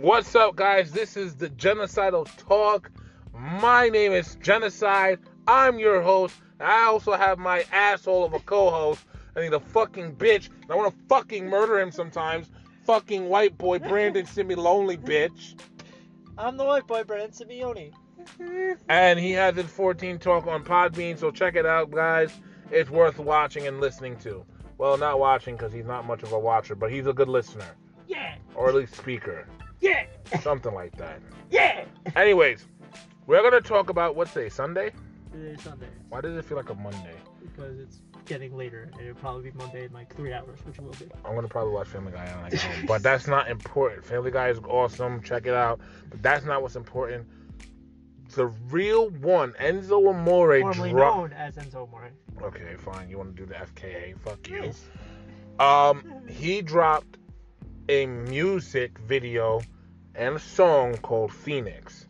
What's up, guys? This is the Genocidal Talk. My name is Genocide. I'm your host. I also have my asshole of a co host. I need a fucking bitch. And I want to fucking murder him sometimes. Fucking white boy Brandon Simi Lonely bitch. I'm the white boy, Brandon Simeone. And he has his 14 talk on Podbean, so check it out, guys. It's worth watching and listening to. Well, not watching because he's not much of a watcher, but he's a good listener, Yeah, or at least speaker, yeah, something like that. yeah. Anyways, we're gonna talk about what's today, Sunday? Today's Sunday Why does it feel like a Monday? because it's getting later, and it'll probably be Monday in like three hours, which it will be. I'm gonna probably watch Family Guy on like home, but that's not important. Family Guy is awesome. Check it out. But that's not what's important. The real one, Enzo Amore, Formerly dropped. known as Enzo Amore. Okay, fine. You want to do the FKA? Fuck you. Yes. Um, he dropped a music video and a song called Phoenix.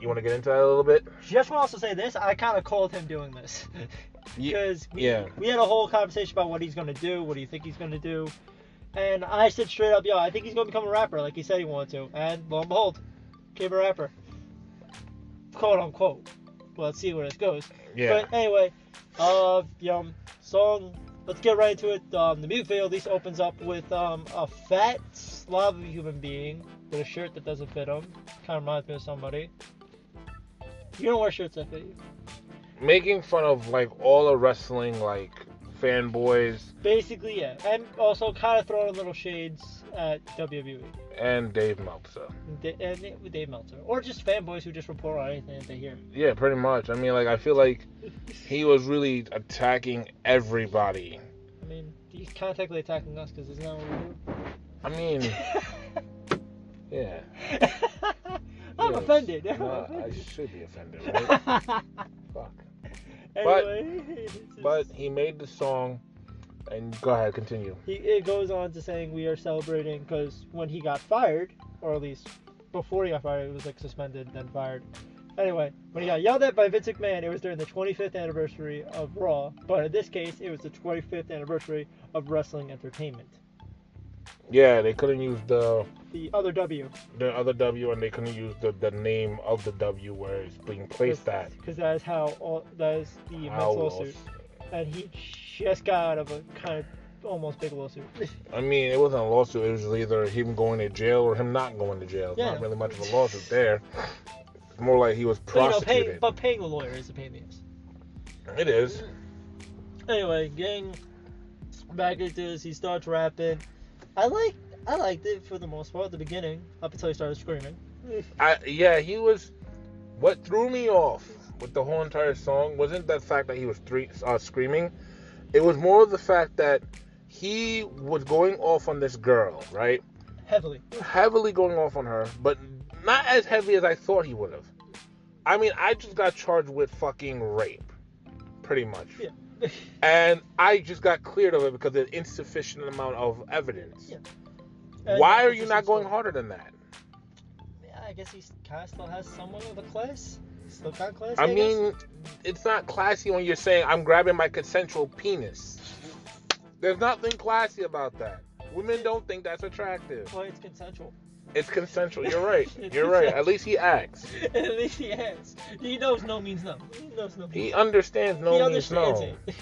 You want to get into that a little bit? Just want to also say this. I kind of called him doing this because we, yeah. we had a whole conversation about what he's gonna do. What do you think he's gonna do? And I said straight up, yo, I think he's gonna become a rapper, like he said he wanted to. And lo and behold, became a rapper, quote unquote. Well, let's see where this goes. Yeah. But anyway, uh, um, song. Let's get right into it. Um, the music video at least opens up with um, a fat slob of a human being with a shirt that doesn't fit him. Kind of reminds me of somebody. You don't wear shirts that fit you. Making fun of like all the wrestling like fanboys Basically, yeah. And also kind of throwing little shades at WWE and Dave Meltzer. and Da- and Dave Meltzer, or just fanboys who just report on anything that they hear. Yeah, pretty much. I mean, like I feel like he was really attacking everybody. I mean, he's kind of technically attacking us because isn't that what we do? I mean, yeah. I'm Yeah. offended. I'm Nah, I offended. should be offended, right? Fuck. But- Anyway, it's But just- he made the song, and go ahead, continue. he, it goes on to saying we are celebrating because when he got fired, or at least before he got fired, it was like suspended then fired. Anyway, when he got yelled at by Vince McMahon, it was during the 25th anniversary of Raw, but in this case, it was the 25th anniversary of Wrestling Entertainment. Yeah, they couldn't use the The other W. the other W, and they couldn't use the, the name of the W where it's being placed at. Because that is how all, that is the immense How lawsuit. else? And he just got out of a kind of almost big lawsuit. I mean, it wasn't a lawsuit. It was either him going to jail or him not going to jail. It's Yeah. Not really much of a lawsuit there. It's more like he was But, you know, pay- prosecuted. but paying the lawyer is a pain in the ass. It is. anyway, getting back into this, he starts rapping. I like I liked it for the most part at the beginning, up until he started screaming. I yeah, he was. What threw me off with the whole entire song wasn't the fact that he was three, uh, screaming. It was more of the fact that he was going off on this girl, right? Heavily. Heavily going off on her, but not as heavy as I thought he would have. I mean, I just got charged with fucking rape, pretty much. Yeah. and I just got cleared of it because of an insufficient amount of evidence. Yeah. Uh, Why are you not going hard? harder than that? I guess he kind of still has someone of a class. Still got class. I guess? mean, it's not classy when you're saying I'm grabbing my consensual penis. There's nothing classy about that. Women don't think that's attractive. Well, it's consensual. It's consensual. You're right. It's You're right. consensual. At least he acts. At least he has. He knows no means no. He knows no. means He understands he no means understands no. it.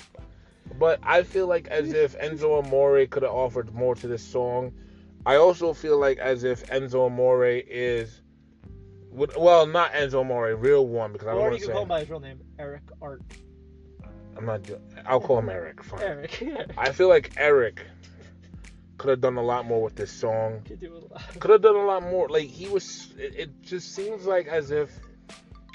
But I feel like as if Enzo Amore could have offered more to this song. I also feel like as if Enzo Amore is, would- well, not Enzo Amore, real one because I don't Or want you to can call him say. by his real name, Eric Art. I'm not. do- I'll call him Eric. Fine. Eric. Eric. I feel like Eric could have done a lot more with this song. Could do a lot. Could have done a lot more. Like he was. It, it just seems like as if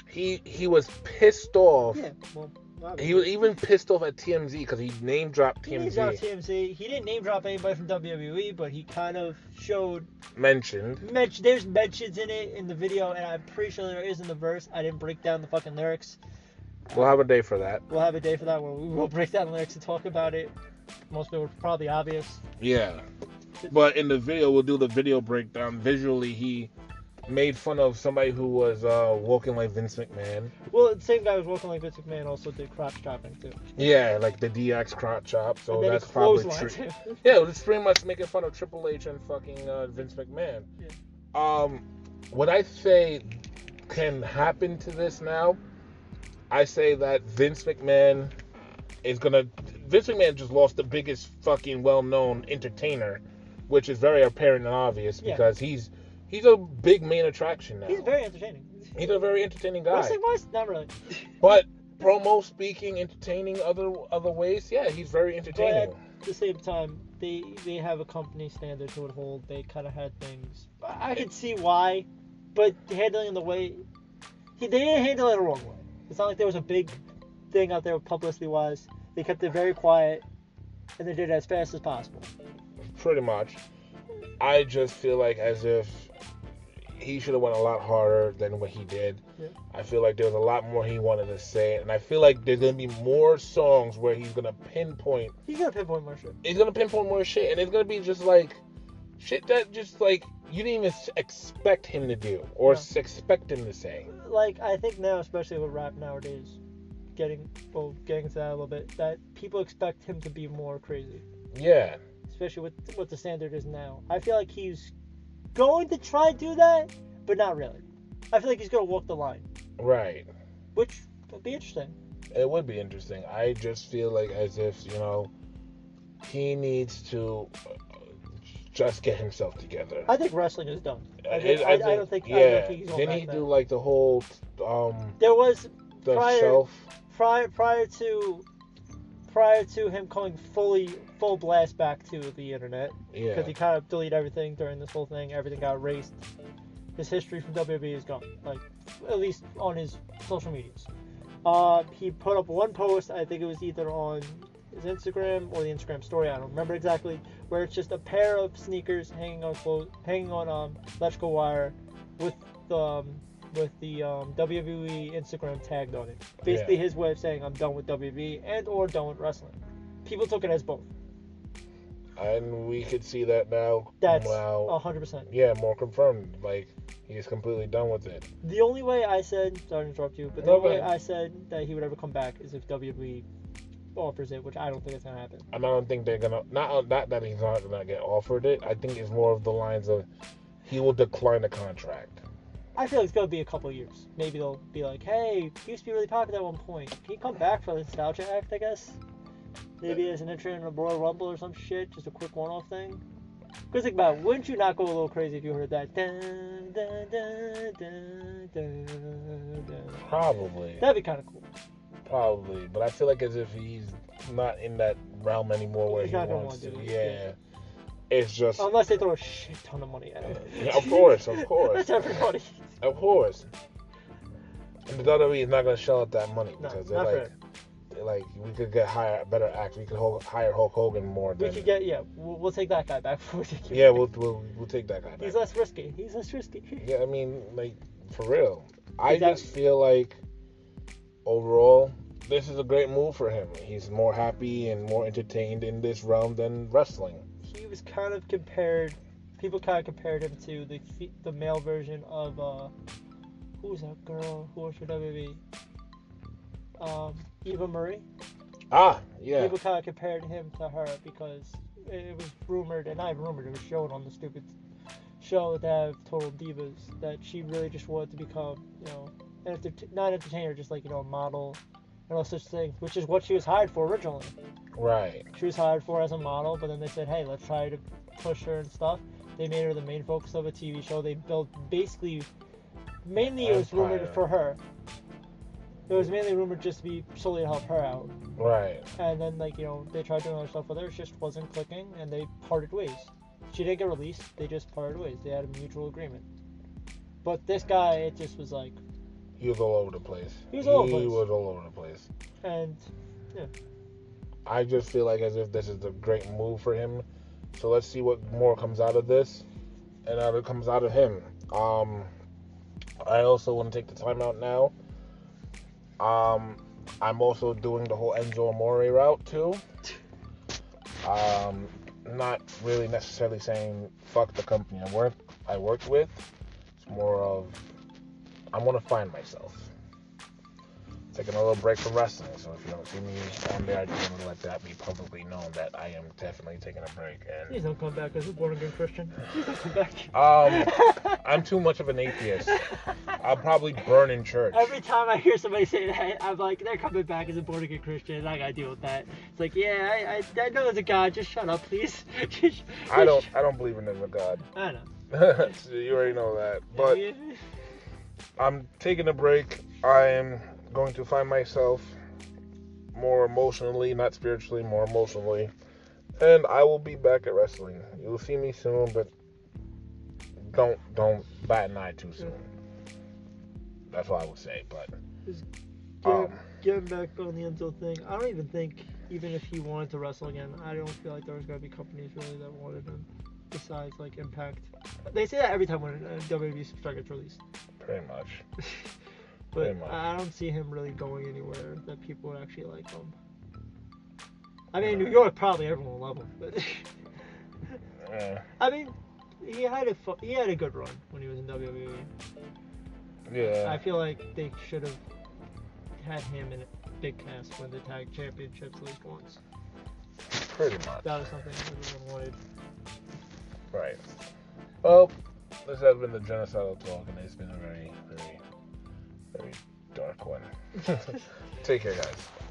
he he was pissed off. Yeah. Well, He was even pissed off at TMZ because he name dropped He named drop TMZ TMZ. He didn't name drop anybody from WWE, but he kind of showed. mentioned. Men- there's mentions in it in the video, and I'm pretty sure there is in the verse. I didn't break down the fucking lyrics. We'll have a day for that. We'll have a day for that where we will break down the lyrics and talk about it. Most of it were probably obvious. Yeah. But in the video, we'll do the video breakdown. Visually, he made fun of somebody who was uh, walking like Vince McMahon. Well, the same guy who was walking like Vince McMahon also did crotch chopping too. Yeah, like the DX crotch chop. So and then that's he probably clotheslined true. him. Yeah, it was pretty much making fun of Triple H and fucking uh, Vince McMahon. Yeah. Um, what I say can happen to this now, I say that Vince McMahon is gonna. Vince McMahon just lost the biggest fucking well-known entertainer, which is very apparent and obvious Yeah. because he's he's a big main attraction now. He's very entertaining. He's a very entertaining guy. Wrestling wise, not really. But promo speaking, entertaining other other ways, yeah, he's very entertaining. At the same time, they they have a company standard to uphold. They kind of had things. I I can see why, but handling it the way he they didn't handle it the wrong way. It's not like there was a big thing out there publicity wise. They kept it very quiet, and they did it as fast as possible. Pretty much. I just feel like as if he should have went a lot harder than what he did. Yeah. I feel like there was a lot more he wanted to say, and I feel like there's gonna be more songs where he's gonna pinpoint. He's gonna pinpoint more shit. He's gonna pinpoint more shit, and it's gonna be just like shit that just like you didn't even s- expect him to do or No. s expect him to say. Like I think now, especially with rap nowadays, getting well, getting into that a little bit, that people expect him to be more crazy. Yeah, especially with what the standard is now. I feel like he's going to try to do that, but not really. I feel like he's going to walk the line, right. which would be interesting. it would be interesting. I just feel like as if you know he needs to uh, just get himself together. I think wrestling is done. I, Uh, think, I, I, don't think. I don't think he's going Didn't back he now. do like the whole um There was the Prior- shelf? prior prior to prior to him going fully full blast back to the internet because Yeah, he kind of deleted everything during this whole thing. Everything got erased. His history from WWE is gone, like at least on his social medias. Uh, he put up one post. I think it was either on his Instagram or the Instagram story. I don't remember exactly. Where it's just a pair of sneakers hanging on clothes, hanging on um, electrical wire, with the um, with the um, WWE Instagram tagged on it. Basically, his way of saying I'm done with WWE and or done with wrestling. People took it as both. and we could see that now. That's now, hundred percent. yeah, more confirmed. Like he's completely done with it. The only way I said, sorry to interrupt you, but the No, only go way ahead. I said that he would ever come back is if WWE offers it, which I don't think it's gonna happen. And I don't think they're gonna not uh, not that he's not gonna get offered it. I think it's more of the lines of he will decline the contract. I feel like it's gonna be a couple years. Maybe they'll be like, hey, he used to be really popular at one point. Can you come back for the Nostalgia Act, I guess? Maybe as an intro in a Royal Rumble or some shit, just a quick one off thing. Because think about it, wouldn't you not go a little crazy if you heard that? Dun, dun, dun, dun, dun, dun. Probably. That'd be kind of cool. Probably, but I feel like as if he's not in that realm anymore where He's he not gonna wants to. wanna do it, Yeah. It's just, Unless they throw a shit ton of money at it. Yeah, of course, of course. That's everybody. of course. And the WWE is not going to shell out that money No, because they're not like, fair. they're like, we could get higher, better acts. We could ho- hire Hulk Hogan more. We Than, could get yeah. We'll, we'll take that guy back for ridiculous. yeah, we'll, we'll we'll take that guy. Back. He's less risky. He's less risky. Yeah, I mean, like for real. I Exactly. just feel like overall, this is a great move for him. He's more happy and more entertained in this realm than wrestling. He was kind of compared. People kind of compared him to the fe- the male version of uh, who was that girl who worked for WWE? Um, Eva Marie. Ah, yeah. People kind of compared him to her because it it was rumored, and I rumored it was shown on the stupid show to have Total Divas that she really just wanted to become, you know, an enter- not an entertainer, just like you know, a model and all such things, which is what she was hired for originally. Right. She was hired for as a model, but then they said, hey, let's try to push her and stuff. They made her the main focus of a TV show. They built basically, mainly it was rumored Empire. for her. It was mainly rumored just to be solely to help her out. Right. And then, like, you know, they tried doing other stuff with her, it just wasn't clicking, and they parted ways. She didn't get released, they just parted ways. They had a mutual agreement. But this guy, it just was like, He was all over the place. He was all over the He place. was all over the place. and I just feel like as if this is a great move for him. So let's see what more comes out of this and out of comes out of him. Um I also want to take the time out now. Um I'm also doing the whole Enzo Amore route too. Um not really necessarily saying fuck the company I work I worked with. It's more of I want to find myself taking a little break from wrestling. So if you don't see me on there, I just want to let that be publicly known that I am definitely taking a break. And please don't come back as a born again Christian. Please don't come back. um, I'm too much of an atheist. I'll probably burn in church. Every time I hear somebody say that, I'm like, they're coming back as a born again Christian. and I gotta deal with that. It's like, yeah, I, I, I know there's a God. Just shut up, please. Just- I don't. I don't believe in a god. I know. you already know that. But I'm taking a break. I am going to find myself more emotionally, not spiritually, more emotionally. And I will be back at wrestling. You'll see me soon, but don't don't bat an eye too soon. That's what I would say, but Get, um, get him back on the Enzo thing. I don't even think, even if he wanted to wrestle again, I don't feel like there was gonna be companies really that wanted him. Besides, like Impact, they say that every time when uh, a WWE star gets E released, pretty much. but Pretty much. I I don't see him really going anywhere that people would actually like him. I mean, in New York, probably everyone will love him, but Eh, I mean, he had a fu- he had a good run when he was in WWE. I yeah. feel like they should have had him in a big cast win the tag championships at least once. Pretty much. That was something everyone wanted. Right. Well, this has been the genocidal talk, and it's been a very, very, very dark one. Take care, guys.